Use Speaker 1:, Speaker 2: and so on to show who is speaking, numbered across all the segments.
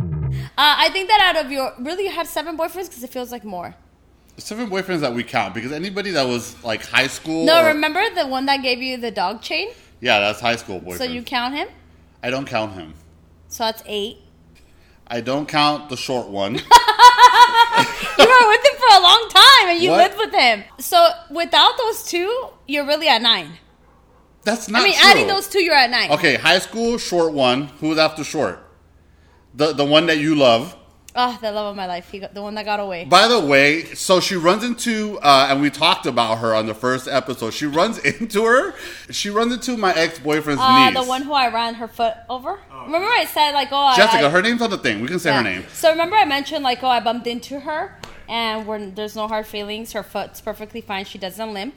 Speaker 1: Uh, I think that out of your really you had seven boyfriends because it feels like more.
Speaker 2: Seven boyfriends that we count because anybody that was like high school.
Speaker 1: No,
Speaker 2: or-
Speaker 1: remember the one that gave you the dog chain?
Speaker 2: Yeah, that's high school boyfriend.
Speaker 1: So you count him.
Speaker 2: I don't count him.
Speaker 1: So that's eight.
Speaker 2: I don't count the short one.
Speaker 1: You were with him for a long time and you
Speaker 2: What?
Speaker 1: lived with him. So without those two, you're really at nine.
Speaker 2: That's not.
Speaker 1: I mean,
Speaker 2: true.
Speaker 1: adding those two, you're at nine.
Speaker 2: Okay, high school short one. Who was after short? The the one that you love.
Speaker 1: Oh, the love of my life. He got, the one that got away.
Speaker 2: By the way, so she runs into, uh, and we talked about her on the first episode. She runs into her. She runs into my ex boyfriend's
Speaker 1: Uh,
Speaker 2: niece.
Speaker 1: the one who I ran her foot over. Remember, I said like, oh, I,
Speaker 2: Jessica,
Speaker 1: I,
Speaker 2: her name's on the thing. We can say
Speaker 1: yeah.
Speaker 2: her name.
Speaker 1: So remember, I mentioned like, oh, I bumped into her, and we're, there's no hard feelings. Her foot's perfectly fine. She doesn't limp.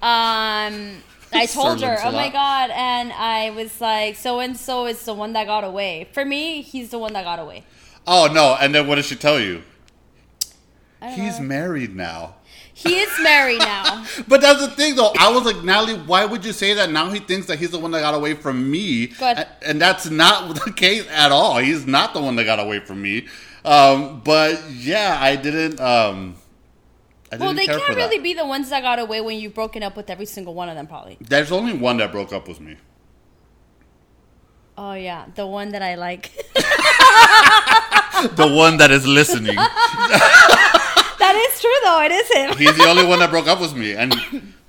Speaker 1: Um, I
Speaker 2: Sir
Speaker 1: told her,
Speaker 2: limps a
Speaker 1: oh my
Speaker 2: lot.
Speaker 1: god, and I was like, so and so is the one that got away. For me, he's the one that got away.
Speaker 2: Oh no! And then what did she tell you?
Speaker 1: I don't
Speaker 2: He's
Speaker 1: know.
Speaker 2: married now.
Speaker 1: he is married now.
Speaker 2: But that's the thing, though. I was like, Natalie, why would you say that? Now he thinks that he's the one that got away from me,
Speaker 1: ahead.
Speaker 2: A- and that's not the case at all. He's not the one that got away from me. Um, but yeah, I didn't. Um, I didn't
Speaker 1: well, they
Speaker 2: care for
Speaker 1: can't really
Speaker 2: that.
Speaker 1: be the ones that got away when you've broken up with every single one of them, probably.
Speaker 2: There's only one that broke up with me.
Speaker 1: Oh yeah, the one that I like.
Speaker 2: The one that is listening.
Speaker 1: that is true though. It is him.
Speaker 2: He's the only one that broke up with me, and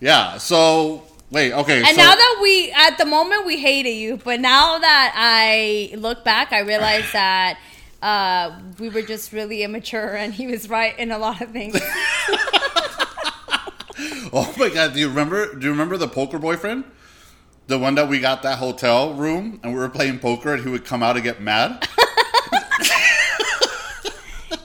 Speaker 2: yeah. So wait, okay.
Speaker 1: And
Speaker 2: so,
Speaker 1: now that we, at the moment, we hated you, but now that I look back, I realize that uh, we were just really immature, and he was right in a lot of things.
Speaker 2: oh my god, do you remember? Do you remember the poker boyfriend? The one that we got that hotel room, and we were playing poker, and he would come out and get mad.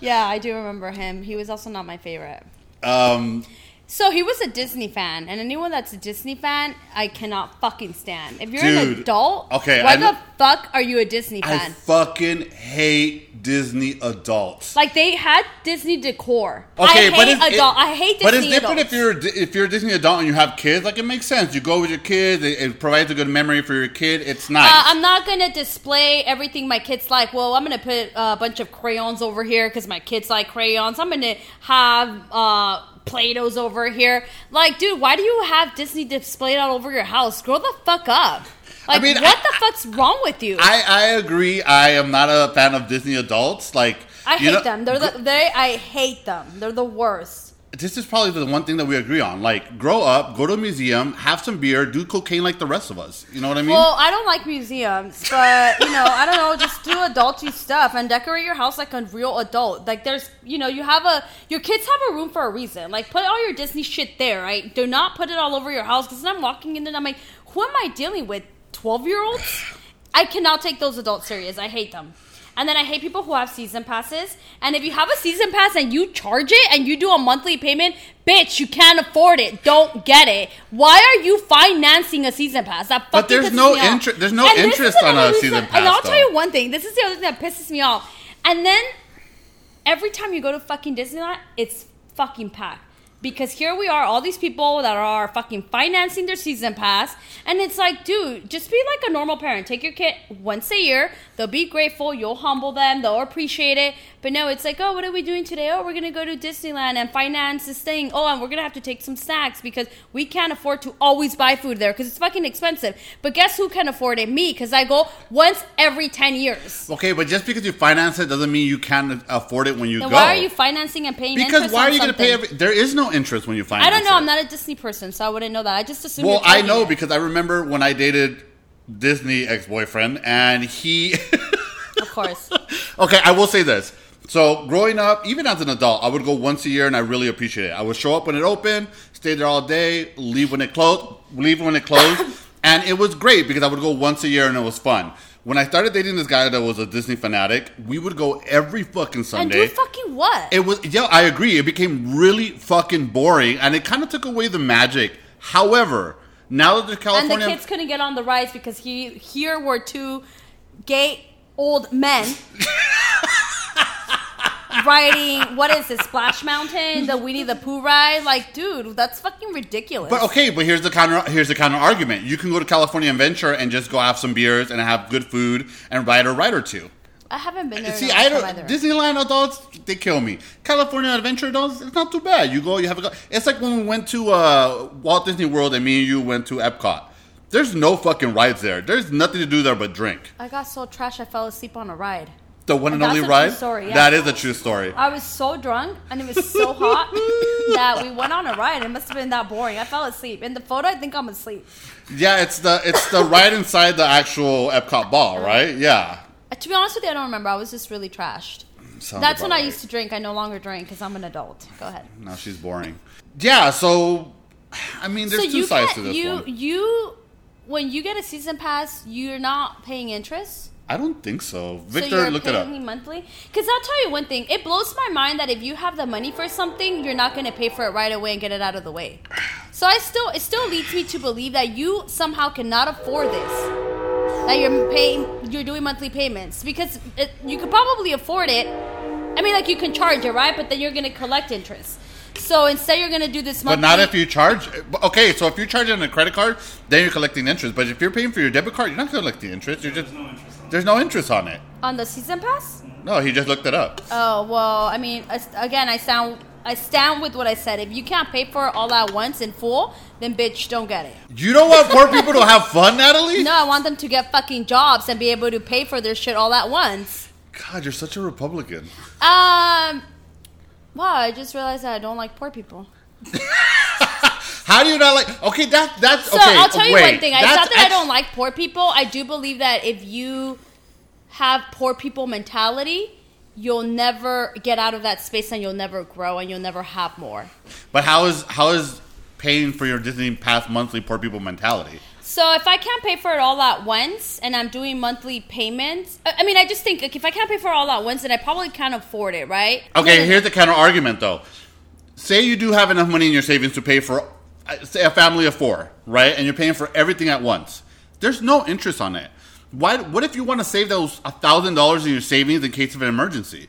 Speaker 1: yeah, I do remember him. He was also not my favorite.
Speaker 2: Um,
Speaker 1: So he was a Disney fan, and anyone that's a Disney fan, I cannot fucking stand. If you're an
Speaker 2: Dude,
Speaker 1: adult,
Speaker 2: okay,
Speaker 1: why
Speaker 2: I kn-
Speaker 1: the fuck are you a Disney
Speaker 2: I
Speaker 1: fan?
Speaker 2: fucking hate Disney adults.
Speaker 1: like they had Disney decor. I hate
Speaker 2: it's- it-
Speaker 1: adult. I hate Disney.
Speaker 2: But it's different
Speaker 1: adults.
Speaker 2: if you're a Di- if you're a Disney adult and you have kids. Like it makes sense. You go with your kids. It, it provides a good memory for your kid. It's nice.
Speaker 1: Uh, I'm not gonna display everything my kids like. Well, I'm gonna put uh, a bunch of crayons over here because my kids like crayons. I'm gonna have uh, Play-Dohs over here. Like, dude, why do you have Disney displayed all over your house? Grow the fuck up. Like,
Speaker 2: mean,
Speaker 1: what
Speaker 2: I-
Speaker 1: the fuck's wrong with you? I,
Speaker 2: I I agree. I am not a fan of Disney adults. Like you
Speaker 1: hate
Speaker 2: know-
Speaker 1: them. They're the, they. I hate them. They're the worst.
Speaker 2: This is probably the one thing that we agree on. Like grow up, go to a museum, have some beer, do cocaine like the rest of us. You know what I mean?
Speaker 1: Well, I don't like museums, but you know, I don't know, just do adulty stuff and decorate your house like a real adult. Like there's, you know, you have a your kids have a room for a reason. Like put all your Disney shit there, right? Do not put it all over your house because then I'm walking in and I'm like, who am I dealing with? Twelve year olds? I cannot take those adults serious. I hate them. And then I hate people who have season passes. And if you have a season pass and you charge it and you do a monthly payment, bitch, you can't afford it. Don't get it. Why are you financing a season pass? That
Speaker 2: But
Speaker 1: fucking
Speaker 2: there's
Speaker 1: pisses
Speaker 2: no
Speaker 1: me off.
Speaker 2: inter- there's no
Speaker 1: this is
Speaker 2: interest on
Speaker 1: another
Speaker 2: a
Speaker 1: reason-
Speaker 2: season
Speaker 1: And
Speaker 2: pass,
Speaker 1: I'll tell you
Speaker 2: though.
Speaker 1: one thing. This is the other thing that pisses me off. And then every time you go to fucking Disneyland, it's fucking packed. Because here we are, all these people that are fucking financing their season pass. And it's like, dude, just be like a normal parent. Take your kid once a year. They'll be grateful. You'll humble them. They'll appreciate it. But no, it's like, oh, what are we doing today? Oh, we're going to go to Disneyland and finance this thing. Oh, and we're going to have to take some snacks because we can't afford to always buy food there because it's fucking expensive. But guess who can afford it? Me, because I go once every 10 years.
Speaker 2: okay, but just because you finance it doesn't mean you can't afford it when you
Speaker 1: Then
Speaker 2: go.
Speaker 1: why are you financing and paying
Speaker 2: because
Speaker 1: interest
Speaker 2: why
Speaker 1: on
Speaker 2: are you going to
Speaker 1: something?
Speaker 2: pay? Every- there is no interest when you finance.
Speaker 1: I don't know.
Speaker 2: It.
Speaker 1: I'm not a Disney person, so I wouldn't know that. I just assume.
Speaker 2: Well,
Speaker 1: you're
Speaker 2: I
Speaker 1: charging
Speaker 2: know
Speaker 1: it.
Speaker 2: because I remember when I dated Disney ex boyfriend, and he.
Speaker 1: of course.
Speaker 2: okay, I will say this. So growing up, even as an adult, I would go once a year, and I really appreciate it. I would show up when it opened, stay there all day, leave when it closed, leave when it closed, and it was great because I would go once a year, and it was fun. When I started dating this guy that was a Disney fanatic, we would go every fucking
Speaker 1: and do
Speaker 2: Sunday.
Speaker 1: fucking what?
Speaker 2: It was yeah, I agree. It became really fucking boring, and it kind of took away the magic. However, now that the
Speaker 1: and the
Speaker 2: California,
Speaker 1: kids couldn't get on the rides because he here were two gay old men riding. What is this? Splash Mountain, the Winnie the Pooh ride. Like, dude, that's fucking ridiculous.
Speaker 2: but okay, but here's the counter. Here's the counter argument. You can go to California Adventure and just go have some beers and have good food and ride a ride or two.
Speaker 1: I haven't been there. in a
Speaker 2: See,
Speaker 1: long
Speaker 2: I
Speaker 1: time
Speaker 2: don't.
Speaker 1: either.
Speaker 2: Disneyland adults, they kill me. California Adventure adults, it's not too bad. You go, you have a go. It's like when we went to uh, Walt Disney World and me and you went to Epcot. There's no fucking rides there. There's nothing to do there but drink.
Speaker 1: I got so trash I fell asleep on a ride.
Speaker 2: The one and
Speaker 1: That's
Speaker 2: only
Speaker 1: a true
Speaker 2: ride.
Speaker 1: story, yeah.
Speaker 2: That is a true story.
Speaker 1: I was so drunk and it was so hot that we went on a ride. It must have been that boring. I fell asleep. In the photo, I think I'm asleep.
Speaker 2: Yeah, it's the it's the ride inside the actual Epcot ball, right? Yeah.
Speaker 1: Uh, To be honest with you, I don't remember. I was just really trashed.
Speaker 2: Sounds
Speaker 1: That's when
Speaker 2: about
Speaker 1: I used
Speaker 2: right.
Speaker 1: to drink. I no longer drink because I'm an adult. Go ahead.
Speaker 2: Now she's boring. Yeah, so I mean, there's two sides
Speaker 1: get-
Speaker 2: to this
Speaker 1: you
Speaker 2: one.
Speaker 1: you when you get a season pass, you're not paying interest.
Speaker 2: I don't think so.
Speaker 1: so
Speaker 2: Victor,
Speaker 1: you're
Speaker 2: look it
Speaker 1: paying
Speaker 2: up.
Speaker 1: me monthly. Because I'll tell you one thing: it blows my mind that if you have the money for something, you're not going to pay for it right away and get it out of the way. So I still it still leads me to believe that you somehow cannot afford this. That you're paying, you're doing monthly payments because it, you could probably afford it. I mean, like you can charge it, right? But then you're going to collect interest. So instead, you're going to do this monthly.
Speaker 2: But not if you charge. Okay, so if you charge it on a credit card, then you're collecting interest. But if you're paying for your debit card, you're not collecting interest. You're just
Speaker 3: There's no interest on it.
Speaker 2: there's no interest on it.
Speaker 1: on the season pass.
Speaker 2: No, he just looked it up.
Speaker 1: Oh well, I mean, as- again, I sound I stand with what I said. If you can't pay for it all at once in full, then bitch, don't get it.
Speaker 2: You don't want poor people to have fun, Natalie.
Speaker 1: No, I want them to get fucking jobs and be able to pay for their shit all at once.
Speaker 2: God, you're such a Republican.
Speaker 1: Um, wow, I just realized that I don't like poor people.
Speaker 2: How do you not like? Okay, that that's
Speaker 1: So
Speaker 2: okay.
Speaker 1: I'll tell you
Speaker 2: wait,
Speaker 1: one thing. I
Speaker 2: that's
Speaker 1: not that I
Speaker 2: ex-
Speaker 1: don't like poor people. I do believe that if you have poor people mentality, you'll never get out of that space and you'll never grow and you'll never have more.
Speaker 2: But how is how is paying for your Disney Pass monthly poor people mentality?
Speaker 1: So if I can't pay for it all at once and I'm doing monthly payments, I I mean, I just think like, if I can't pay for it all at once, then I probably can't afford it, right?
Speaker 2: Okay, here's the counter argument though. Say you do have enough money in your savings to pay for uh, say a family of four, right? And you're paying for everything at once. There's no interest on it. Why? What if you want to save those thousand dollars in your savings in case of an emergency,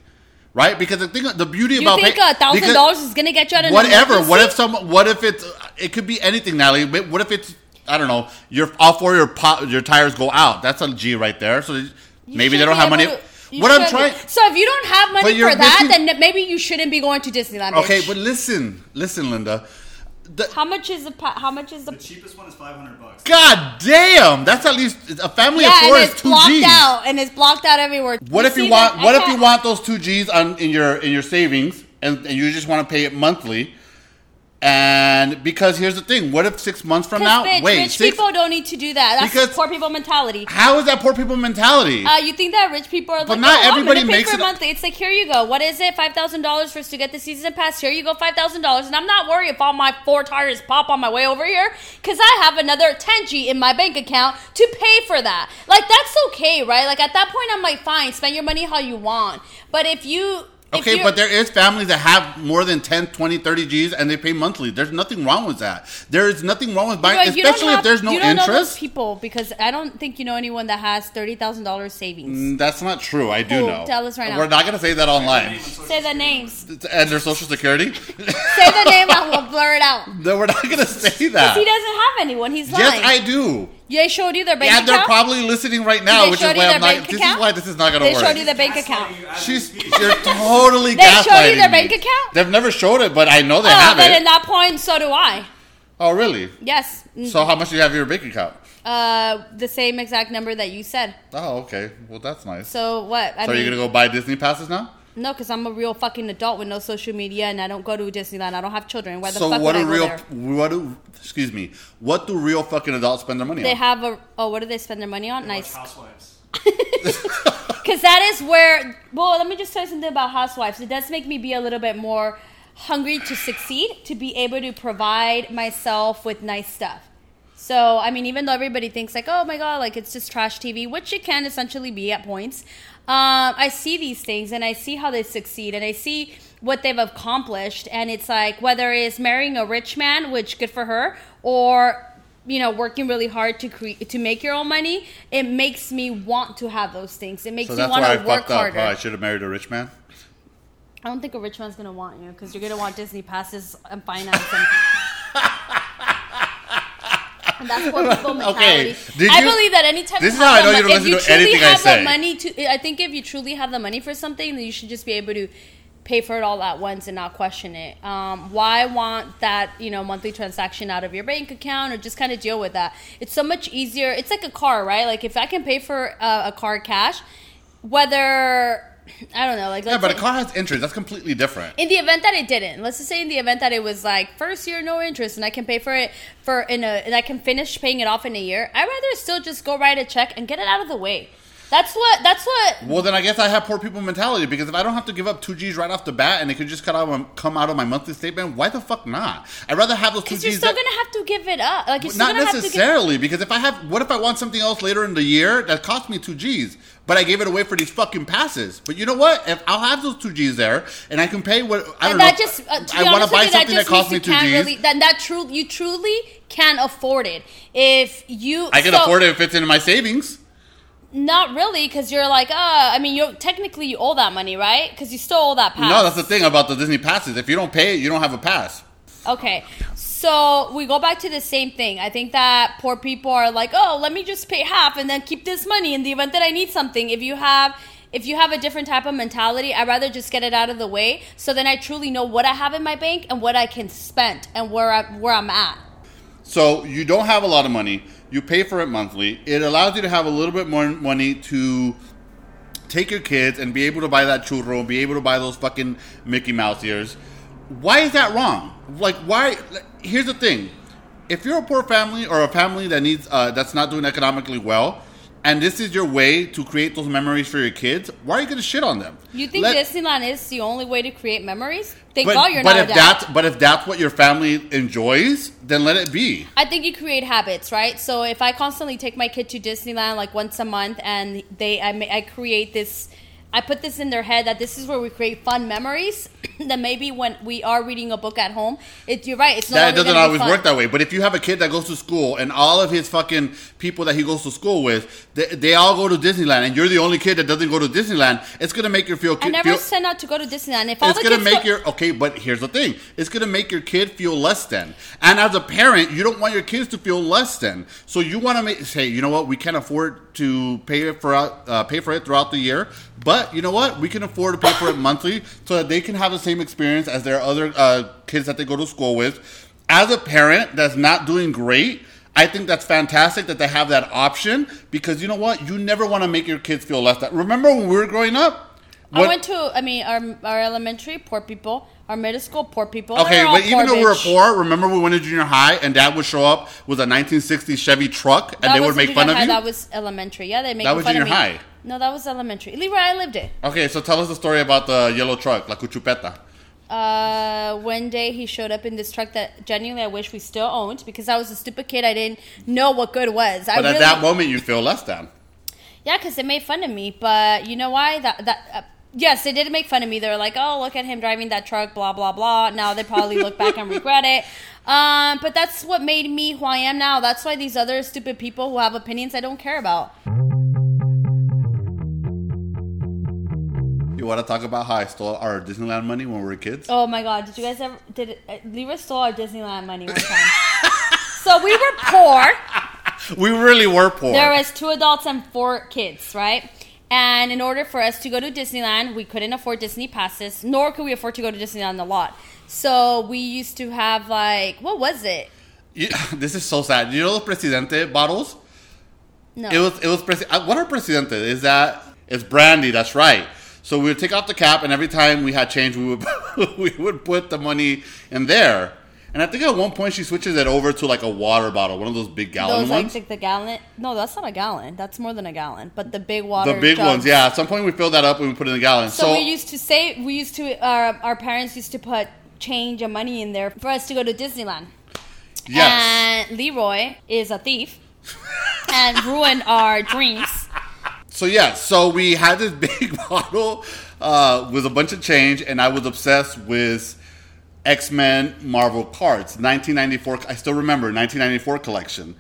Speaker 2: right? Because the thing, the beauty
Speaker 1: You
Speaker 2: about
Speaker 1: think
Speaker 2: pay-
Speaker 1: a thousand
Speaker 2: because-
Speaker 1: dollars is gonna get you out of an
Speaker 2: whatever. What
Speaker 1: emergency?
Speaker 2: if some? What if it's? It could be anything, Natalie. But what if it's? I don't know. You're all four of your po- your tires go out. That's a G right there. So
Speaker 1: You
Speaker 2: maybe they
Speaker 1: should
Speaker 2: don't
Speaker 1: be
Speaker 2: have money.
Speaker 1: able to- you
Speaker 2: what I'm
Speaker 1: should be-
Speaker 2: trying.
Speaker 1: So if you don't have money
Speaker 2: But you're
Speaker 1: for that,
Speaker 2: missing-
Speaker 1: then maybe you shouldn't be going to Disneyland. Bitch.
Speaker 2: Okay, but listen, listen, Linda. The,
Speaker 1: how much is the pa- how much is the
Speaker 3: The cheapest one is 500 bucks.
Speaker 2: God damn, that's at least a family
Speaker 1: yeah?
Speaker 2: of four
Speaker 1: And
Speaker 2: is
Speaker 1: it's
Speaker 2: two
Speaker 1: blocked
Speaker 2: G's.
Speaker 1: out and it's blocked out everywhere.
Speaker 2: What if
Speaker 1: see
Speaker 2: you want?
Speaker 1: that?
Speaker 2: What
Speaker 1: I
Speaker 2: if you
Speaker 1: can't-
Speaker 2: want those two G's on in your in your savings, and, and you just want to pay it monthly? And because here's the thing: what if six months from
Speaker 1: 'Cause,
Speaker 2: now?
Speaker 1: bitch,
Speaker 2: wait,
Speaker 1: rich
Speaker 2: six,
Speaker 1: people don't need to do that. That's
Speaker 2: Because-
Speaker 1: poor people mentality.
Speaker 2: how is that poor people mentality?
Speaker 1: Uh, you think that rich people are
Speaker 2: But
Speaker 1: like,
Speaker 2: not
Speaker 1: oh,
Speaker 2: everybody
Speaker 1: I'm gonna
Speaker 2: makes
Speaker 1: pay for
Speaker 2: it-
Speaker 1: a monthly. It's like, here you go. What is it? Five thousand dollars for us to get the season pass. Here you go, five thousand dollars. And I'm not worried if all my four tires pop on my way over here because I have another ten G in my bank account to pay for that. Like that's okay, right? Like at that point, I'm like, fine, spend your money how you want. But if you if
Speaker 2: Okay,
Speaker 1: you're-
Speaker 2: but there is families that have more than 10, 20, 30 G's and they pay monthly. There's nothing wrong with that. There is nothing wrong with buying,
Speaker 1: But you don't
Speaker 2: especially if
Speaker 1: have-
Speaker 2: there's no
Speaker 1: you don't know those
Speaker 2: interest.
Speaker 1: people, because I don't think you know anyone that has thirty thousand dollars savings.
Speaker 2: Mm, That's not true. I do
Speaker 1: Who?
Speaker 2: know.
Speaker 1: Oh, Tell us right now.
Speaker 2: We're not going to say that online.
Speaker 1: Say the names.
Speaker 2: And their social security?
Speaker 1: Say the name. I will blur it out.
Speaker 2: no, we're not going to say that.
Speaker 1: He doesn't have anyone. He's lying.
Speaker 2: Yes, I do.
Speaker 1: They showed you their bank
Speaker 2: and they're
Speaker 1: account.
Speaker 2: probably listening right now,
Speaker 1: They
Speaker 2: which
Speaker 1: showed
Speaker 2: is
Speaker 1: you
Speaker 2: why
Speaker 1: their
Speaker 2: I'm not.
Speaker 1: bank
Speaker 2: This is
Speaker 1: account?
Speaker 2: why this is not going
Speaker 1: They
Speaker 2: to work.
Speaker 1: showed you the bank account.
Speaker 2: She's you're totally.
Speaker 1: They showed you
Speaker 2: gaslighting
Speaker 1: their
Speaker 2: me.
Speaker 1: bank account?
Speaker 2: They've never showed it, but I know they
Speaker 1: Oh,
Speaker 2: have
Speaker 1: but
Speaker 2: it.
Speaker 1: at that point, so do I.
Speaker 2: oh, really?
Speaker 1: Yes. Mm,
Speaker 2: So how much do you have in your bank account?
Speaker 1: Uh, the same exact number that you said.
Speaker 2: Oh, okay. Well, that's nice.
Speaker 1: So what? I
Speaker 2: so
Speaker 1: mean,
Speaker 2: you're gonna go buy Disney passes now?
Speaker 1: no, because I'm a real fucking adult with no social media, and I don't go to Disneyland. I don't have children. Why the
Speaker 2: So
Speaker 1: fuck
Speaker 2: what
Speaker 1: would I
Speaker 2: do
Speaker 1: go
Speaker 2: real
Speaker 1: there?
Speaker 2: what do excuse me? What do real fucking adults spend their money
Speaker 1: They
Speaker 2: on?
Speaker 1: have a. Oh, what do they spend their money on? Nice.
Speaker 3: Housewives.
Speaker 1: Because that is where. Well, let me just tell you something about housewives. It does make me be a little bit more hungry to succeed, to be able to provide myself with nice stuff. So, I mean, even though everybody thinks, like, oh my God, like it's just trash TV, which it can essentially be at points, um, I see these things and I see how they succeed and I see what they've accomplished. And it's like, whether it's marrying a rich man, which good for her, or you know working really hard to create to make your own money it makes me want to have those things it makes
Speaker 2: so
Speaker 1: me
Speaker 2: that's
Speaker 1: want
Speaker 2: why I
Speaker 1: to work
Speaker 2: fucked up.
Speaker 1: harder
Speaker 2: Oh, I should have married a rich man.
Speaker 1: i don't think a rich man's gonna want you because you're gonna want disney passes and finance and
Speaker 3: And that's what people mentality.
Speaker 2: Okay. Did
Speaker 1: I
Speaker 2: you-
Speaker 1: believe that anytime
Speaker 2: This
Speaker 1: you
Speaker 2: is how I
Speaker 1: have
Speaker 2: know
Speaker 1: the
Speaker 2: you
Speaker 1: mon-
Speaker 2: don't
Speaker 1: if
Speaker 2: listen
Speaker 1: you
Speaker 2: to
Speaker 1: truly
Speaker 2: anything I
Speaker 1: have
Speaker 2: say.
Speaker 1: the money to, I think if you truly have the money for something, then you should just be able to pay for it all at once and not question it. Um, why want that you know monthly transaction out of your bank account or just kind of deal with that? It's so much easier. It's like a car, right? Like if I can pay for uh, a car cash, whether I don't know, like
Speaker 2: Yeah,
Speaker 1: let's
Speaker 2: but a
Speaker 1: say-
Speaker 2: car has interest. That's completely different.
Speaker 1: in the event that it didn't, let's just say in the event that it was like first year no interest, and I can pay for it for in a and I can finish paying it off in a year. I'd rather still just go write a check and get it out of the way. That's what. That's what.
Speaker 2: Well, then I guess I have poor people mentality because if I don't have to give up two G's right off the bat and it could just cut out my, come out of my monthly statement, why the fuck not? I'd rather have those two
Speaker 1: Because
Speaker 2: G's.
Speaker 1: you're still
Speaker 2: that-
Speaker 1: gonna have to give it up. Like you're still
Speaker 2: not
Speaker 1: gonna have to give.
Speaker 2: necessarily because if I have, what if I want something else later in the year that cost me two G's, but I gave it away for these fucking passes? But you know what? If I'll have those two G's there and I can pay what I don't
Speaker 1: and
Speaker 2: know.
Speaker 1: that just uh, to be
Speaker 2: I wanna
Speaker 1: honest with you, that just
Speaker 2: cost
Speaker 1: means you can't really that that true you truly can afford it if you
Speaker 2: I can
Speaker 1: so-
Speaker 2: afford it if it's in my savings.
Speaker 1: not really because you're like uh I mean you technically you owe that money right because you still owe that pass
Speaker 2: No, that's the thing about the Disney passes. If you don't pay it, you don't have a pass.
Speaker 1: Okay. So we go back to the same thing. I think that poor people are like, "Oh, let me just pay half and then keep this money in the event that I need something." If you have if you have a different type of mentality, I'd rather just get it out of the way so then I truly know what I have in my bank and what I can spend and where I where I'm at.
Speaker 2: So you don't have a lot of money. You pay for it monthly. It allows you to have a little bit more money to take your kids and be able to buy that churro, be able to buy those fucking Mickey Mouse ears. Why is that wrong? Like, why? like, Here's the thing: if you're a poor family or a family that needs uh, that's not doing economically well, and this is your way to create those memories for your kids, why are you gonna shit on them?
Speaker 1: You think
Speaker 2: Let-
Speaker 1: Disneyland is the only way to create memories? Thank
Speaker 2: But,
Speaker 1: God you're
Speaker 2: but
Speaker 1: not
Speaker 2: if
Speaker 1: a dad.
Speaker 2: that's but if that's what your family enjoys, then let it be.
Speaker 1: I think you create habits, right? So if I constantly take my kid to Disneyland like once a month, and they, I, ma- I create this, I put this in their head that this is where we create fun memories. then maybe when we are reading a book at home, it, you're right. It's not
Speaker 2: that it doesn't always work that way. But if you have a kid that goes to school and all of his fucking people that he goes to school with, they, they all go to Disneyland, and you're the only kid that doesn't go to Disneyland, it's gonna make your feel.
Speaker 1: I never
Speaker 2: feel-
Speaker 1: sent out to go to Disneyland. If all
Speaker 2: it's
Speaker 1: the
Speaker 2: gonna
Speaker 1: kids
Speaker 2: make
Speaker 1: go-
Speaker 2: your okay, but here's the thing: it's gonna make your kid feel less than. And as a parent, you don't want your kids to feel less than. So you want to make say, you know what, we can't afford to pay it for out- uh, pay for it throughout the year, but you know what, we can afford to pay for it monthly so that they can have the same experience as their other uh, kids that they go to school with. As a parent that's not doing great. I think that's fantastic that they have that option because you know what? You never want to make your kids feel less than. Remember when we were growing up?
Speaker 1: I
Speaker 2: What-
Speaker 1: went to, I mean, our, our elementary poor people, our middle school poor people.
Speaker 2: Okay,
Speaker 1: They're all
Speaker 2: but even though we were
Speaker 1: bitch.
Speaker 2: poor, remember we went to junior high and dad would show up with a 1960 Chevy truck and
Speaker 1: That
Speaker 2: they would
Speaker 1: wasn't
Speaker 2: make
Speaker 1: junior
Speaker 2: fun of
Speaker 1: high,
Speaker 2: you?
Speaker 1: That was elementary. Yeah, they make
Speaker 2: That was
Speaker 1: fun of
Speaker 2: junior
Speaker 1: me.
Speaker 2: high.
Speaker 1: No, that was elementary. Leroy, I lived it.
Speaker 2: okay, so tell us the story about the yellow truck, La Cuchupeta.
Speaker 1: uh, one day he showed up in this truck that genuinely I wish we still owned because I was a stupid kid. I didn't know what good was. I
Speaker 2: But
Speaker 1: really,
Speaker 2: at that moment, you feel less than.
Speaker 1: yeah, because they made fun of me. But you know why? That that uh, yes, they did make fun of me. They were like, "Oh, look at him driving that truck," blah blah blah. Now they probably look back and regret it. Um, but that's what made me who I am now. That's why these other stupid people who have opinions I don't care about.
Speaker 2: You want to talk about how I stole our Disneyland money when we were kids?
Speaker 1: Oh my god! Did you guys ever? Did uh, Leroy stole our Disneyland money one time? so we were poor.
Speaker 2: We really were poor.
Speaker 1: There was two adults and four kids, right? And in order for us to go to Disneyland, we couldn't afford Disney passes, nor could we afford to go to Disneyland a lot. So we used to have like what was it?
Speaker 2: You- this is so sad. You know the Presidente bottles?
Speaker 1: No,
Speaker 2: It was it was presi- uh, what are presidente is that it's brandy. That's right. So we would take off the cap, and every time we had change, we would we would put the money in there. And I think at one point she switches it over to like a water bottle, one of those big gallon
Speaker 1: those like
Speaker 2: ones,
Speaker 1: the, the gallon. No, that's not a gallon. That's more than a gallon. But the big water.
Speaker 2: the big
Speaker 1: jugs.
Speaker 2: ones. Yeah, at some point we filled that up and we put it in the gallon.
Speaker 1: So,
Speaker 2: So,
Speaker 1: we used to say we used to our our parents used to put change and money in there for us to go to Disneyland.
Speaker 2: yes,
Speaker 1: And Leroy is a thief and ruined our dreams.
Speaker 2: so yeah, so we had this big bottle uh, with a bunch of change, and I was obsessed with X Men Marvel cards, 1994. I still remember 1994 collection,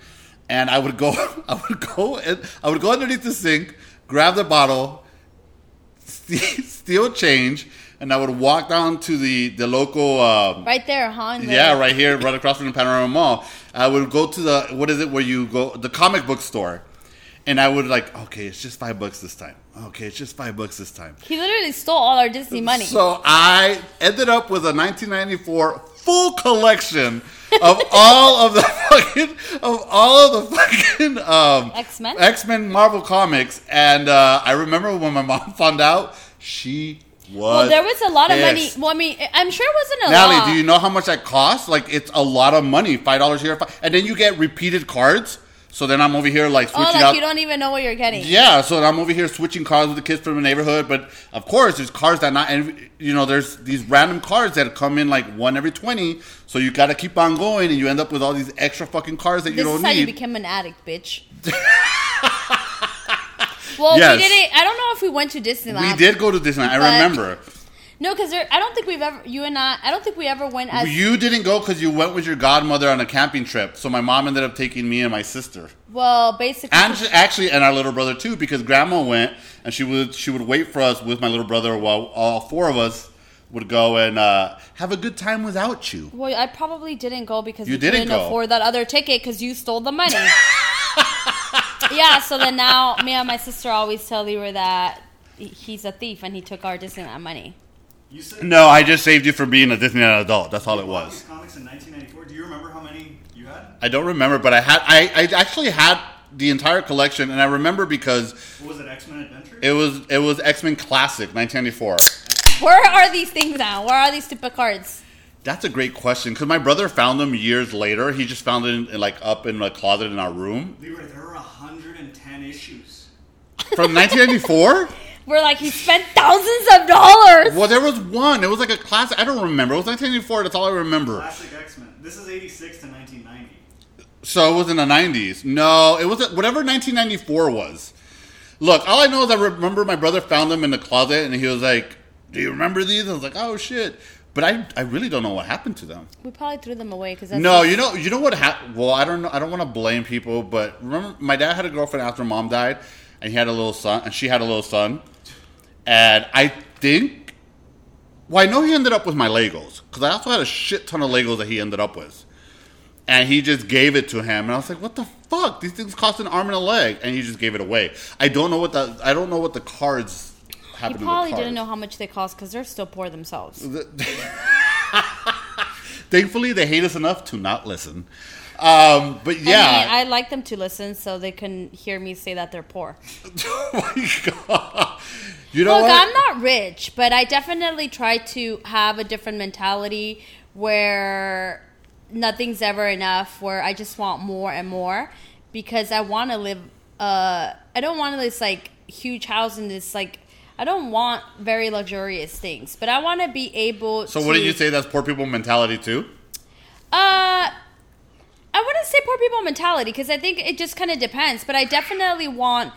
Speaker 2: and I would go, I would go, and I would go underneath the sink, grab the bottle, ste- steal change, and I would walk down to the the local. Um,
Speaker 1: Right there, huh? in the-
Speaker 2: yeah, right here, right across from the Panorama Mall. I would go to the what is it where you go the comic book store, and I would like okay, it's just five bucks this time. Okay, it's just five bucks this time.
Speaker 1: He literally stole all our Disney money.
Speaker 2: So I ended up with a 1994 full collection of all of the fucking of all of the fucking um,
Speaker 1: X-Men?
Speaker 2: X-Men Marvel comics, and uh, I remember when my mom found out, she was.
Speaker 1: well, there was a lot of money.
Speaker 2: pissed.
Speaker 1: Well, I mean, I- I'm sure it wasn't a lot.
Speaker 2: Natalie, do you know how much that costs? Like, it's a lot of money. Five dollars here, fi- and then you get repeated cards. So then I'm over here like
Speaker 1: Oh,
Speaker 2: switching
Speaker 1: like
Speaker 2: out.
Speaker 1: you don't even know what you're getting.
Speaker 2: Yeah, so I'm over here switching cars with the kids from the neighborhood, but of course, there's cars that not, and you know, there's these random cars that come in like one every twenty, so you got to keep on going, and you end up with all these extra fucking cars that you
Speaker 1: this
Speaker 2: don't
Speaker 1: is how
Speaker 2: need.
Speaker 1: you became an addict, bitch. well,
Speaker 2: Yes.
Speaker 1: we didn't. I don't know if we went to Disneyland.
Speaker 2: we did go to Disneyland.
Speaker 1: But-
Speaker 2: I remember
Speaker 1: No, because I don't think we've ever. You and I. I don't think we ever went as
Speaker 2: you didn't go because you went with your godmother on a camping trip, so my mom ended up taking me and my sister.
Speaker 1: well. Basically,
Speaker 2: And she- actually, and our little brother too, because Grandma went and she would she would wait for us with my little brother while all four of us would go and uh, have a good time without you.
Speaker 1: well, I probably didn't go because
Speaker 2: You
Speaker 1: we
Speaker 2: didn't
Speaker 1: couldn't
Speaker 2: go.
Speaker 1: afford that other ticket because you stole the money. yeah. So then now, me and my sister always tell Leroy that he- he's a thief and he took our Disneyland money.
Speaker 3: You said
Speaker 2: No, I just saved you from being a Disneyland adult. That's all it
Speaker 3: bought
Speaker 2: was.
Speaker 3: these comics in 1994. Do you remember how many you had?
Speaker 2: I don't remember, but I had I, I actually had the entire collection, and I remember because
Speaker 3: What was it? X Men Adventure.
Speaker 2: it was it was X Men Classic 1994.
Speaker 1: Where are these things now? Where are these stupid cards?
Speaker 2: That's a great question because my brother found them years later. He just found it in, like up in a closet in our room
Speaker 3: Leroy, there were 110 issues.
Speaker 2: from 1994.
Speaker 1: We're like he spent thousands of dollars.
Speaker 2: Well, there was one. It was like a classic. I don't remember. It was 1984. That's all I remember.
Speaker 3: Classic X Men. This is 86 to 1990.
Speaker 2: So it was in the 90s. No, it was whatever 1994 was. Look, all I know is I remember my brother found them in the closet and he was like, Do you remember these? I was like, Oh shit. But I, I really don't know what happened to them.
Speaker 1: We probably threw them away because
Speaker 2: No, you know, you know what happened. Well, I don't know. I don't want to blame people, but remember, my dad had a girlfriend after mom died, and he had a little son, and she had a little son, and I think, well, I know he ended up with my Legos because I also had a shit ton of Legos that he ended up with, and he just gave it to him, and I was like, what the fuck? These things cost an arm and a leg, and he just gave it away. I don't know what the I don't know what the cards
Speaker 1: You
Speaker 2: happened.
Speaker 1: probably
Speaker 2: to the cards.
Speaker 1: didn't know how much they cost because they're still poor themselves.
Speaker 2: Thankfully, they hate us enough to not listen. Um, but yeah,
Speaker 1: I mean, I like them to listen so they can hear me say that they're poor.
Speaker 2: oh my god! You know
Speaker 1: Look,
Speaker 2: what?
Speaker 1: I'm not rich, but I definitely try to have a different mentality where nothing's ever enough, where I just want more and more because I want to live. Uh, I don't want this like huge house and this like. I don't want very luxurious things, but I want to be able.
Speaker 2: so
Speaker 1: to,
Speaker 2: what do you say? That's poor people mentality too.
Speaker 1: Uh, I wouldn't say poor people mentality because I think it just kind of depends. But I definitely want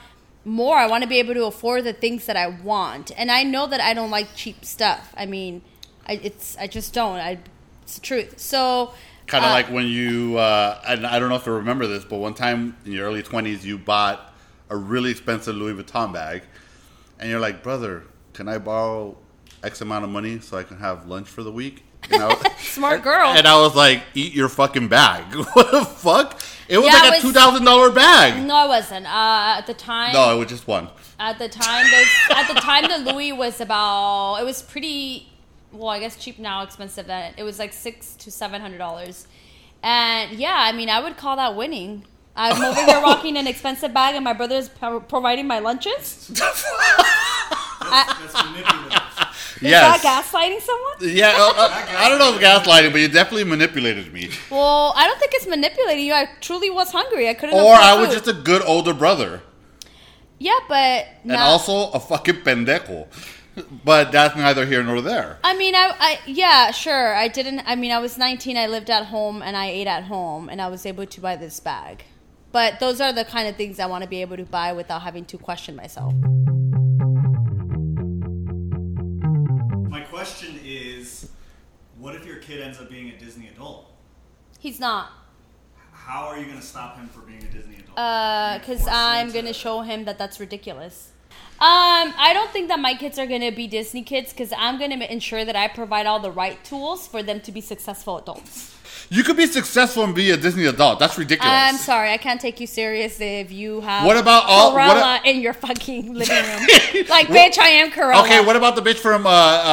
Speaker 1: more. I want to be able to afford the things that I want, and I know that I don't like cheap stuff. I mean, I, it's I just don't. I it's the truth. So
Speaker 2: Kind of
Speaker 1: uh,
Speaker 2: like when you, uh, and I don't know if you remember this, but one time in your early twenties, you bought a really expensive Louis Vuitton bag, and you're like, "Brother, can I borrow X amount of money so I can have lunch for the week?" And I was,
Speaker 1: smart girl.
Speaker 2: and I was like, "Eat your fucking bag! what the fuck? It was
Speaker 1: Yeah,
Speaker 2: like
Speaker 1: it
Speaker 2: a
Speaker 1: was-
Speaker 2: two thousand dollar bag."
Speaker 1: no, I wasn't. Uh, at the time,
Speaker 2: No, it was just one.
Speaker 1: at the time, those, at the time, the Louis was about. It was pretty. Well, I guess cheap now, expensive then. It was like six to seven hundred dollars, and yeah, I mean, I would call that winning. I'm over here rocking an expensive bag, and my brother's pro- providing my lunches. Is
Speaker 3: That's manipulative.
Speaker 1: that
Speaker 2: Yes.
Speaker 1: gaslighting someone?
Speaker 2: Yeah, uh, uh, I don't know if gaslighting, but you definitely manipulated me.
Speaker 1: Well, I don't think it's manipulating you. I truly was hungry. I couldn't.
Speaker 2: Or
Speaker 1: afford
Speaker 2: I was
Speaker 1: food.
Speaker 2: just a good older brother
Speaker 1: yeah, but
Speaker 2: and
Speaker 1: not-
Speaker 2: also a fucking pendejo. But that's neither here nor there.
Speaker 1: I mean, I, I, yeah, sure. I didn't. I mean, I was 19. I lived at home and I ate at home, and I was able to buy this bag. But those are the kind of things I want to be able to buy without having to question myself.
Speaker 3: My question is, what if your kid ends up being a Disney adult?
Speaker 1: He's not,
Speaker 3: How are you going to stop him from being a Disney adult?
Speaker 1: because
Speaker 3: Force him
Speaker 1: Uh, I'm
Speaker 3: to-
Speaker 1: gonna show him that that's ridiculous. Um, I don't think that my kids are gonna be Disney kids because I'm gonna ensure that I provide all the right tools for them to be successful adults.
Speaker 2: You could be successful and be a Disney adult. That's ridiculous.
Speaker 1: I'm sorry, I can't take you serious if you have
Speaker 2: What about all-
Speaker 1: Cruella
Speaker 2: what a-
Speaker 1: in your fucking living room? like, bitch, I am Corella.
Speaker 2: Okay, what about the bitch from uh, uh,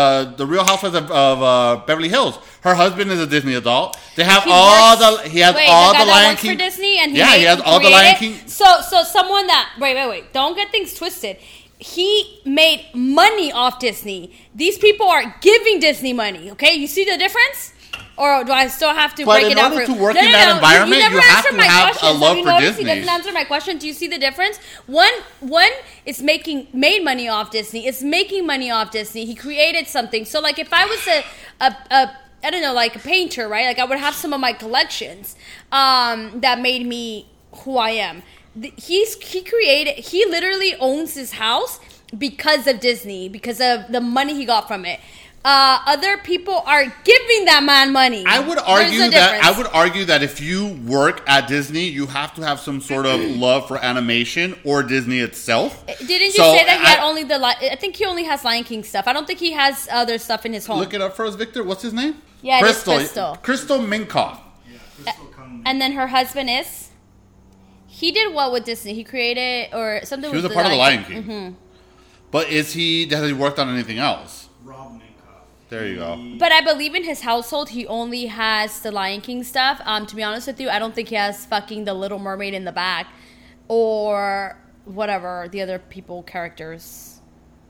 Speaker 2: uh, the Real Housewives of, of uh, Beverly Hills? Her husband is a Disney adult. They have
Speaker 1: He
Speaker 2: all
Speaker 1: works-
Speaker 2: the he has
Speaker 1: wait,
Speaker 2: all
Speaker 1: the, guy that
Speaker 2: Lion
Speaker 1: works
Speaker 2: King
Speaker 1: for Disney, and he
Speaker 2: yeah, he
Speaker 1: made-
Speaker 2: has all the Lion
Speaker 1: created-
Speaker 2: King.
Speaker 1: So, so someone that wait, wait, wait, don't get things twisted. He made money off Disney. These people are giving Disney money. Okay, you see the difference? Or do I still have to
Speaker 2: But
Speaker 1: break it
Speaker 2: in
Speaker 1: out?
Speaker 2: order
Speaker 1: for-
Speaker 2: to work in that environment, you have
Speaker 1: answered
Speaker 2: to have a
Speaker 1: question. So
Speaker 2: love
Speaker 1: you
Speaker 2: for
Speaker 1: notice
Speaker 2: Disney.
Speaker 1: He doesn't answer my question. Do you see the difference? One, one is making made money off Disney. It's making money off Disney. He created something. So, like, if I was a, a, a I don't know, like a painter, right? Like, I would have some of my collections um, that made me who I am. Th- He's he created. He literally owns his house because of Disney, because of the money he got from it. Uh, other people are giving that man money.
Speaker 2: I would
Speaker 1: There's
Speaker 2: argue
Speaker 1: a
Speaker 2: that I
Speaker 1: difference.
Speaker 2: would argue that if you work at Disney, you have to have some sort of love for animation or Disney itself.
Speaker 1: Didn't you
Speaker 2: So,
Speaker 1: say that he had
Speaker 2: I-
Speaker 1: only the? Li- I think he only has Lion King stuff. I don't think he has other stuff in his home.
Speaker 2: Look it up for us, Victor. What's his name?
Speaker 1: Yeah, it is Crystal.
Speaker 2: Crystal Minkoff.
Speaker 3: Yeah, Crystal Kung.
Speaker 1: and then her husband is. He did what with Disney? He created or something.
Speaker 2: He was a
Speaker 1: with
Speaker 2: part of the Lion King.
Speaker 1: Mm-hmm.
Speaker 2: But is he? Has he worked on anything else?
Speaker 3: Rob Minkoff.
Speaker 2: There you go.
Speaker 1: But I believe in his household, he only has the Lion King stuff. Um, to be honest with you, I don't think he has fucking the Little Mermaid in the back, or whatever the other people characters.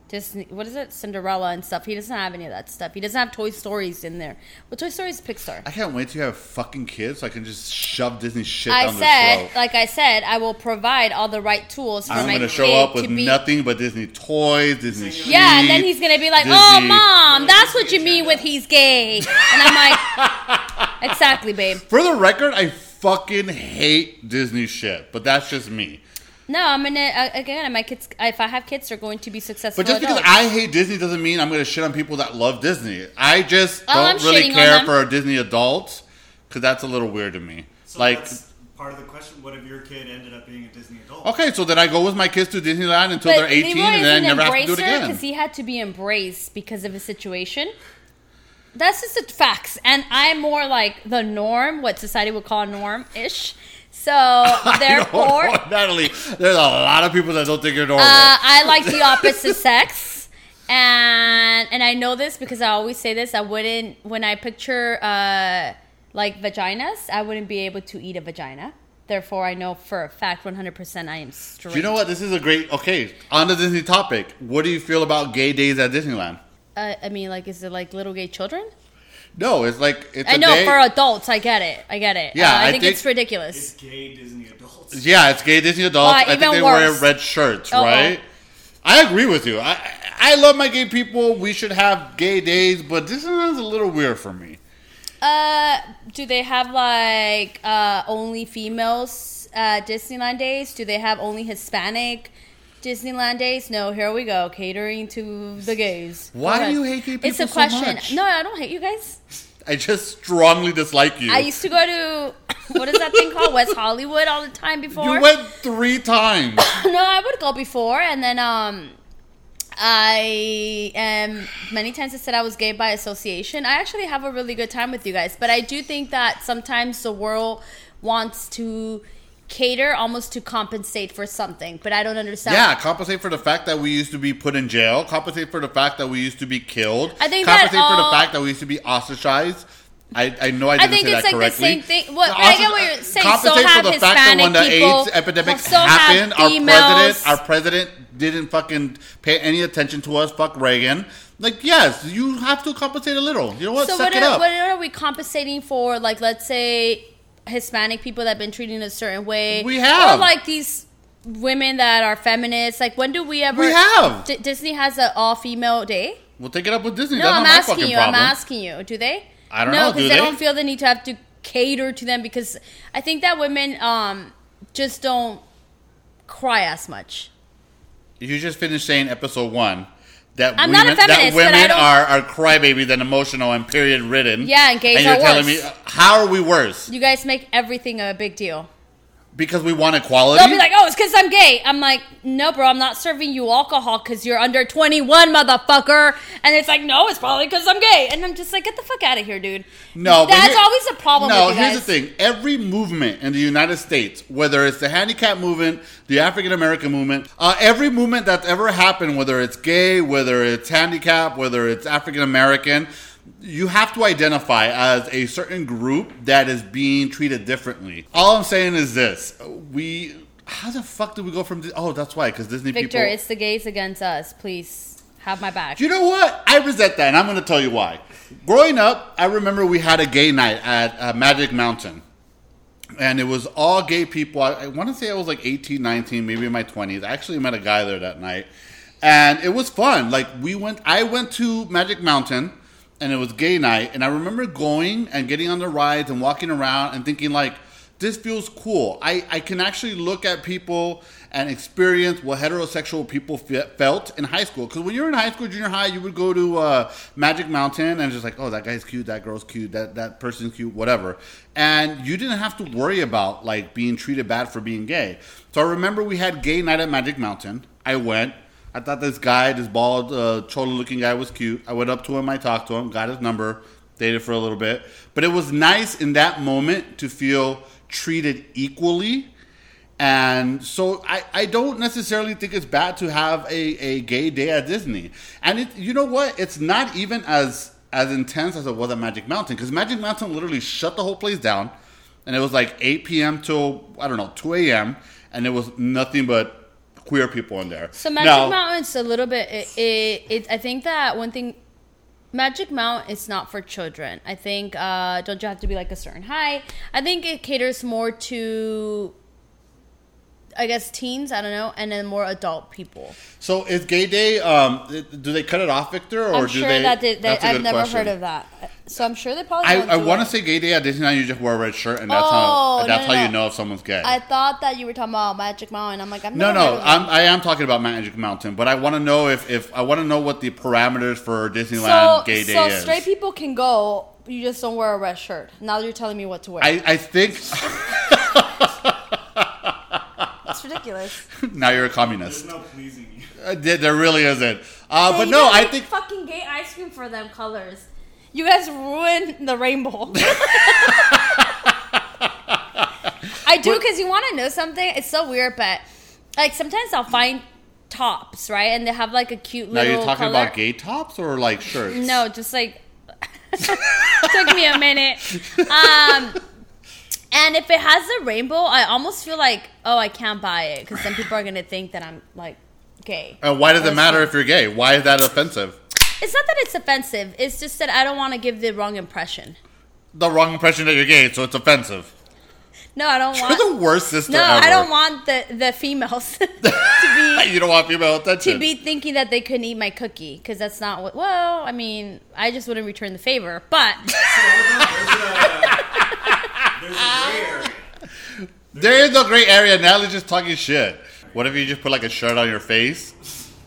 Speaker 1: Disney, what is it? Cinderella and stuff. He doesn't have any of that stuff. He doesn't have Toy Stories in there. Well, Toy Stories is Pixar.
Speaker 2: I can't wait to have fucking kids so I can just shove Disney shit
Speaker 1: I
Speaker 2: down their
Speaker 1: said,
Speaker 2: throat.
Speaker 1: like I said, I will provide all the right tools for
Speaker 2: I'm
Speaker 1: my
Speaker 2: gonna show
Speaker 1: kid
Speaker 2: up with
Speaker 1: to be.
Speaker 2: nothing but Disney toys, Disney shit.
Speaker 1: Yeah, and then he's gonna be like, "Oh, mom, that's what you mean with he's gay," and I'm like, "Exactly, babe."
Speaker 2: For the record, I fucking hate Disney shit, but that's just me.
Speaker 1: No, I'm gonna uh, again. My kids, if I have kids, they're going to be successful.
Speaker 2: But just because
Speaker 1: adults.
Speaker 2: I hate Disney doesn't mean I'm going to shit on people that love Disney. I just
Speaker 1: Oh,
Speaker 2: don't
Speaker 1: I'm shitting
Speaker 2: really
Speaker 1: on
Speaker 2: care
Speaker 1: them.
Speaker 2: for a Disney adult because that's a little weird to me.
Speaker 3: So
Speaker 2: like,
Speaker 3: that's part of the question. What if your kid ended up being a Disney adult?
Speaker 2: okay, so then I go with my kids to Disneyland until
Speaker 1: But
Speaker 2: they're 18
Speaker 1: Leroy
Speaker 2: and then I
Speaker 1: is an
Speaker 2: never have to do it
Speaker 1: embracer
Speaker 2: again.
Speaker 1: he had to be embraced because of his situation. That's just the facts, and I'm more like the norm, what society would call norm ish. So therefore, uh,
Speaker 2: Oh, Natalie, there's a lot of people that don't think you're normal.
Speaker 1: I like the opposite sex, and and I know this because I always say this. I wouldn't when I picture uh, like vaginas, I wouldn't be able to eat a vagina. Therefore, I know for a fact, 100%, I am straight.
Speaker 2: you know what? This is a great. Okay, on the Disney topic, what do you feel about gay days at Disneyland?
Speaker 1: Uh, I mean, like, is it like little gay children?
Speaker 2: No, it's like it's.
Speaker 1: I
Speaker 2: a
Speaker 1: know
Speaker 2: day-
Speaker 1: for adults, I get it. I get it.
Speaker 2: Yeah,
Speaker 1: Uh, I,
Speaker 2: I
Speaker 1: think,
Speaker 2: think-
Speaker 1: it's ridiculous.
Speaker 3: It's gay Disney adults.
Speaker 2: Yeah, it's gay Disney adults.
Speaker 1: Why,
Speaker 2: I think
Speaker 1: even
Speaker 2: they
Speaker 1: worse.
Speaker 2: wear red shirts,
Speaker 1: Uh-oh.
Speaker 2: right? I agree with you. I I love my gay people. We should have gay days, but this one's a little weird for me.
Speaker 1: Uh, do they have like uh, only females uh, Disneyland days? Do they have only Hispanic Disneyland days? No. Here we go, catering to the gays. Go
Speaker 2: Why do
Speaker 1: ahead.
Speaker 2: you hate gay
Speaker 1: It's a
Speaker 2: people so
Speaker 1: question.
Speaker 2: much?
Speaker 1: No, I don't hate you guys.
Speaker 2: I just strongly dislike you.
Speaker 1: I used to go to what is that thing called West Hollywood all the time before.
Speaker 2: you went three times.
Speaker 1: no, I would go before, and then um, I am many times I said I was gay by association. I actually have a really good time with you guys, but I do think that sometimes the world wants to cater almost to compensate for something, but I don't understand.
Speaker 2: yeah, compensate for the fact that we used to be put in jail. Compensate for the fact that we used to be killed.
Speaker 1: I think that
Speaker 2: compensate for
Speaker 1: all-
Speaker 2: the fact that we used to be ostracized. I, I know I
Speaker 1: I
Speaker 2: didn't
Speaker 1: think
Speaker 2: say
Speaker 1: it's
Speaker 2: that
Speaker 1: like the
Speaker 2: correctly.
Speaker 1: same thing. Well,
Speaker 2: The
Speaker 1: I get
Speaker 2: ostrac-
Speaker 1: what you're saying.
Speaker 2: Compensate
Speaker 1: so have
Speaker 2: for the
Speaker 1: Hispanic
Speaker 2: fact that when the
Speaker 1: people,
Speaker 2: AIDS epidemic
Speaker 1: so have
Speaker 2: happened, our
Speaker 1: females.
Speaker 2: president, our president didn't fucking pay any attention to us. Fuck Reagan. Like, yes, you have to compensate a little. You know what?
Speaker 1: so
Speaker 2: Suck
Speaker 1: what
Speaker 2: it
Speaker 1: are,
Speaker 2: up.
Speaker 1: what are we compensating for? Like, let's say Hispanic people that have been treated a certain way.
Speaker 2: We have.
Speaker 1: Or like these women that are feminists. Like, when do we ever?
Speaker 2: We have.
Speaker 1: D- Disney has an all-female day.
Speaker 2: we'll take it up with Disney.
Speaker 1: No,
Speaker 2: That's
Speaker 1: I'm
Speaker 2: not my
Speaker 1: asking
Speaker 2: fucking
Speaker 1: you.
Speaker 2: problem.
Speaker 1: I'm asking you. Do they?
Speaker 2: I don't
Speaker 1: no,
Speaker 2: know, do
Speaker 1: they
Speaker 2: they?
Speaker 1: don't feel the need to have to cater to them because I think that women um, just don't cry as much.
Speaker 2: You just finished saying episode one. That
Speaker 1: I'm not
Speaker 2: women,
Speaker 1: a
Speaker 2: that
Speaker 1: feminist, but I
Speaker 2: women
Speaker 1: don't-
Speaker 2: are, are crybabies and emotional and period ridden.
Speaker 1: Yeah, and gays
Speaker 2: you're
Speaker 1: are
Speaker 2: telling
Speaker 1: worse.
Speaker 2: me how are we worse?
Speaker 1: You guys make everything a big deal.
Speaker 2: because we want equality.
Speaker 1: They'll be like, oh, it's because I'm gay. I'm like, no, bro, I'm not serving you alcohol because you're under 21, motherfucker. And it's like, no, it's probably because I'm gay. And I'm just like, get the fuck out of here, dude.
Speaker 2: No, but
Speaker 1: that's
Speaker 2: here-
Speaker 1: always a problem.
Speaker 2: No,
Speaker 1: with you
Speaker 2: here's
Speaker 1: guys.
Speaker 2: the thing: every movement in the United States, whether it's the handicap movement, the African American movement, uh, every movement that's ever happened, whether it's gay, whether it's handicap, whether it's African American, you have to identify as a certain group that is being treated differently. All I'm saying is this: we. How the fuck did we go from? Di- oh, that's why, because Disney
Speaker 1: Victor,
Speaker 2: people.
Speaker 1: it's the gays against us. Please have my back.
Speaker 2: Do you know what? I resent that, and I'm going to tell you why. Growing up, I remember we had a gay night at uh, Magic Mountain, and it was all gay people. I, I want to say I was like 18, 19, maybe in my 20s. I actually met a guy there that night, and it was fun. Like we went, I went to Magic Mountain, and it was gay night, and I remember going and getting on the rides and walking around and thinking like. This feels cool. I, I can actually look at people and experience what heterosexual people fe- felt in high school. Because when you're in high school, junior high, you would go to uh, Magic Mountain and just like, oh, that guy's cute, that girl's cute, that that person's cute, whatever. And you didn't have to worry about like being treated bad for being gay. So I remember we had gay night at Magic Mountain. I went. I thought this guy, this bald, uh, cholo-looking guy, was cute. I went up to him. I talked to him. Got his number. Dated for a little bit. But it was nice in that moment to feel treated equally. And so I, I don't necessarily think it's bad to have a, a gay day at Disney. And it, you know what? It's not even as as intense as it was at Magic Mountain because Magic Mountain literally shut the whole place down. And it was like 8 p.m. till, I don't know, 2 a.m. And it was nothing but queer people in there.
Speaker 1: So Magic
Speaker 2: Now-
Speaker 1: Mountain's a little bit. It, it, it, I think that one thing, Magic Mountain is not for children. I think uh, don't you have to be like a certain height? I think it caters more to, I guess, teens. I don't know, and then more adult people.
Speaker 2: So is gay day, um, do they cut it off, Victor? Or
Speaker 1: I'm
Speaker 2: do
Speaker 1: sure
Speaker 2: they,
Speaker 1: that they, they,
Speaker 2: that's a
Speaker 1: I've
Speaker 2: good
Speaker 1: never
Speaker 2: question.
Speaker 1: heard of that. So I'm sure they probably.
Speaker 2: I,
Speaker 1: don't
Speaker 2: I
Speaker 1: do
Speaker 2: want
Speaker 1: it.
Speaker 2: to say gay day at Disneyland, you just wear a red shirt and that's
Speaker 1: Oh,
Speaker 2: how
Speaker 1: no,
Speaker 2: that's
Speaker 1: no,
Speaker 2: how you
Speaker 1: no.
Speaker 2: know if someone's gay.
Speaker 1: I thought that you were talking about Magic Mountain. I'm like, I'm
Speaker 2: No, no, I'm, I am talking about Magic Mountain, but I want to know if, if I want to know what the parameters for Disneyland
Speaker 1: so,
Speaker 2: Gay Day
Speaker 1: so
Speaker 2: is.
Speaker 1: straight people can go. You just don't wear a red shirt. Now you're telling me what to wear.
Speaker 2: I, I think
Speaker 1: it's ridiculous.
Speaker 2: now you're a
Speaker 3: There's
Speaker 2: communist.
Speaker 3: no pleasing you.
Speaker 2: Uh, There there really isn't. Uh,
Speaker 1: Hey,
Speaker 2: but
Speaker 1: you
Speaker 2: no,
Speaker 1: guys
Speaker 2: I
Speaker 1: make
Speaker 2: think
Speaker 1: fucking gay ice cream for them colors. You guys ruined the rainbow. I do because you want to know something. It's so weird, but like sometimes I'll find tops right, and they have like a cute
Speaker 2: now
Speaker 1: little.
Speaker 2: you're talking
Speaker 1: color.
Speaker 2: about gay tops or like shirts.
Speaker 1: No, just like took me a minute. Um, and if it has a rainbow, I almost feel like oh, I can't buy it because some people are gonna think that I'm like gay.
Speaker 2: And why does
Speaker 1: Or
Speaker 2: it matter if you're gay? Why is that offensive?
Speaker 1: It's not that it's offensive. It's just that I don't want to give the wrong impression.
Speaker 2: The wrong impression that you're gay, so it's offensive.
Speaker 1: No, I don't want.
Speaker 2: You're the worst sister
Speaker 1: no,
Speaker 2: ever.
Speaker 1: I don't want the the females to be
Speaker 2: You don't want female attention.
Speaker 1: to be thinking that they couldn't eat my cookie because that's not what. Well, I mean, I just wouldn't return the favor, but
Speaker 3: There's
Speaker 2: Ah.
Speaker 3: a gray area.
Speaker 2: There is no gray area. Now they're just talking shit. What if you just put like a shirt on your face?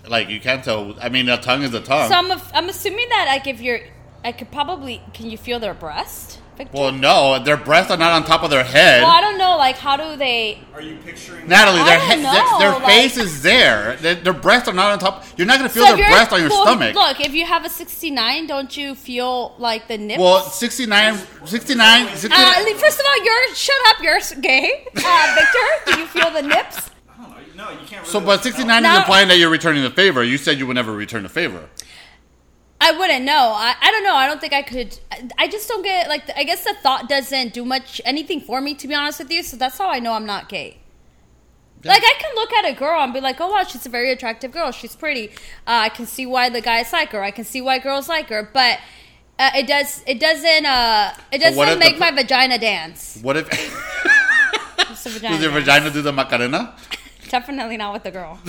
Speaker 2: Like you can't tell. I mean, a tongue is a tongue.
Speaker 1: so I'm af- I'm assuming that like if you're, I could probably. Can you feel their breast? Victor?
Speaker 2: well, no, their breasts are not on top of their head.
Speaker 1: Well, I don't know. Like, how do they?
Speaker 3: Are you picturing
Speaker 2: Natalie,
Speaker 1: I
Speaker 2: their
Speaker 1: don't
Speaker 2: he-
Speaker 1: know,
Speaker 2: their, their
Speaker 1: like-
Speaker 2: face is there. Their, their breasts are not on top. You're not gonna feel
Speaker 1: if
Speaker 2: their
Speaker 1: you're-
Speaker 2: breast on your
Speaker 1: well,
Speaker 2: stomach.
Speaker 1: Look, if you have a 69, don't you feel like the nips?
Speaker 2: Well, 69, 69, 69
Speaker 1: Uh, Lee, first of all, you're shut up. You're s- gay, uh, Victor. do you feel the nips?
Speaker 3: I don't know. No, you can't really
Speaker 2: so, but sixty nine
Speaker 1: No.
Speaker 2: is implying that you're returning the favor. You said you would never return the favor.
Speaker 1: I wouldn't know. I, I don't know. I don't think I could. I, I just don't get like. The, I guess the thought doesn't do much anything for me, to be honest with you. So that's how I know I'm not gay.
Speaker 2: Yeah.
Speaker 1: Like I can look at a girl and be like, oh wow, she's a very attractive girl. She's pretty. Uh, I can see why the guys like her. I can see why girls like her. But uh, it does. It doesn't. Uh, it
Speaker 2: But what
Speaker 1: doesn't
Speaker 2: if the
Speaker 1: make
Speaker 2: per-
Speaker 1: my vagina dance.
Speaker 2: What if
Speaker 1: It's a vagina
Speaker 2: does your
Speaker 1: dance.
Speaker 2: vagina do the macarena?
Speaker 1: Definitely not with the girl.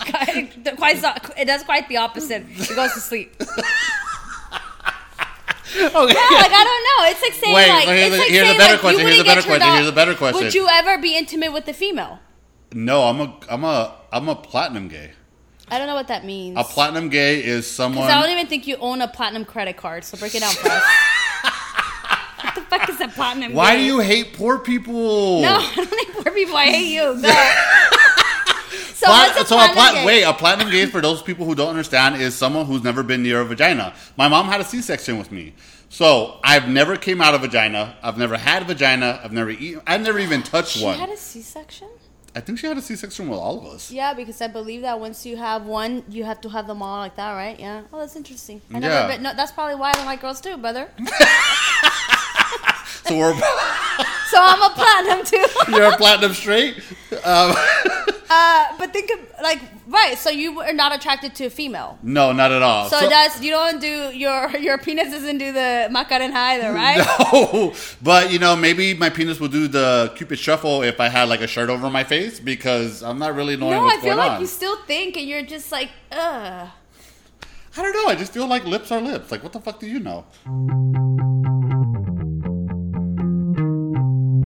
Speaker 1: Quite- quite the- it does quite the opposite. It goes to sleep. No,
Speaker 2: Okay.
Speaker 1: like I don't know. It's like saying
Speaker 2: Wait,
Speaker 1: like
Speaker 2: here's
Speaker 1: it's
Speaker 2: a-
Speaker 1: like
Speaker 2: here's a
Speaker 1: saying
Speaker 2: better
Speaker 1: like
Speaker 2: question,
Speaker 1: you
Speaker 2: here's
Speaker 1: wouldn't
Speaker 2: a better
Speaker 1: get turned
Speaker 2: question,
Speaker 1: on.
Speaker 2: here's a better question.
Speaker 1: Would you ever be intimate with the female?
Speaker 2: No, I'm a I'm a I'm a platinum gay.
Speaker 1: I don't know what that means.
Speaker 2: A platinum gay is someone.
Speaker 1: Because I don't even think you own a platinum credit card. So break it down for us. what the the fuck is a platinum?
Speaker 2: Why
Speaker 1: gay?
Speaker 2: do you hate poor people?
Speaker 1: No, I don't hate poor people. I hate you. No. so
Speaker 2: Plat-
Speaker 1: what's a
Speaker 2: so a
Speaker 1: platinum
Speaker 2: plat-
Speaker 1: gay?
Speaker 2: wait, a platinum gay for those people who don't understand is someone who's never been near a vagina. My mom had a C-section with me, so I've never came out of vagina. I've never had a vagina. I've never eaten. I've never even touched
Speaker 1: She
Speaker 2: one.
Speaker 1: had a C-section.
Speaker 2: I think she had a C-section with all of us.
Speaker 1: Yeah, because I believe that once you have one, you have to have them all like that, right? Yeah. Oh, that's interesting. I never
Speaker 2: Yeah.
Speaker 1: been- no, that's probably why I don't like girls too, brother.
Speaker 2: So we're
Speaker 1: So I'm a platinum too.
Speaker 2: you're a platinum straight.
Speaker 1: Uh, but think of like right. So you are not attracted to a female.
Speaker 2: No, not at all.
Speaker 1: So, that's you don't do your your penis doesn't do the macarena either, right?
Speaker 2: No, but you know, maybe my penis will do the cupid shuffle if I had like a shirt over my face because I'm not really knowing
Speaker 1: No,
Speaker 2: what's
Speaker 1: I feel
Speaker 2: going
Speaker 1: like
Speaker 2: on.
Speaker 1: you still think, and you're just like, ugh.
Speaker 2: I don't know. I just feel like lips are lips. Like, what the fuck do you know?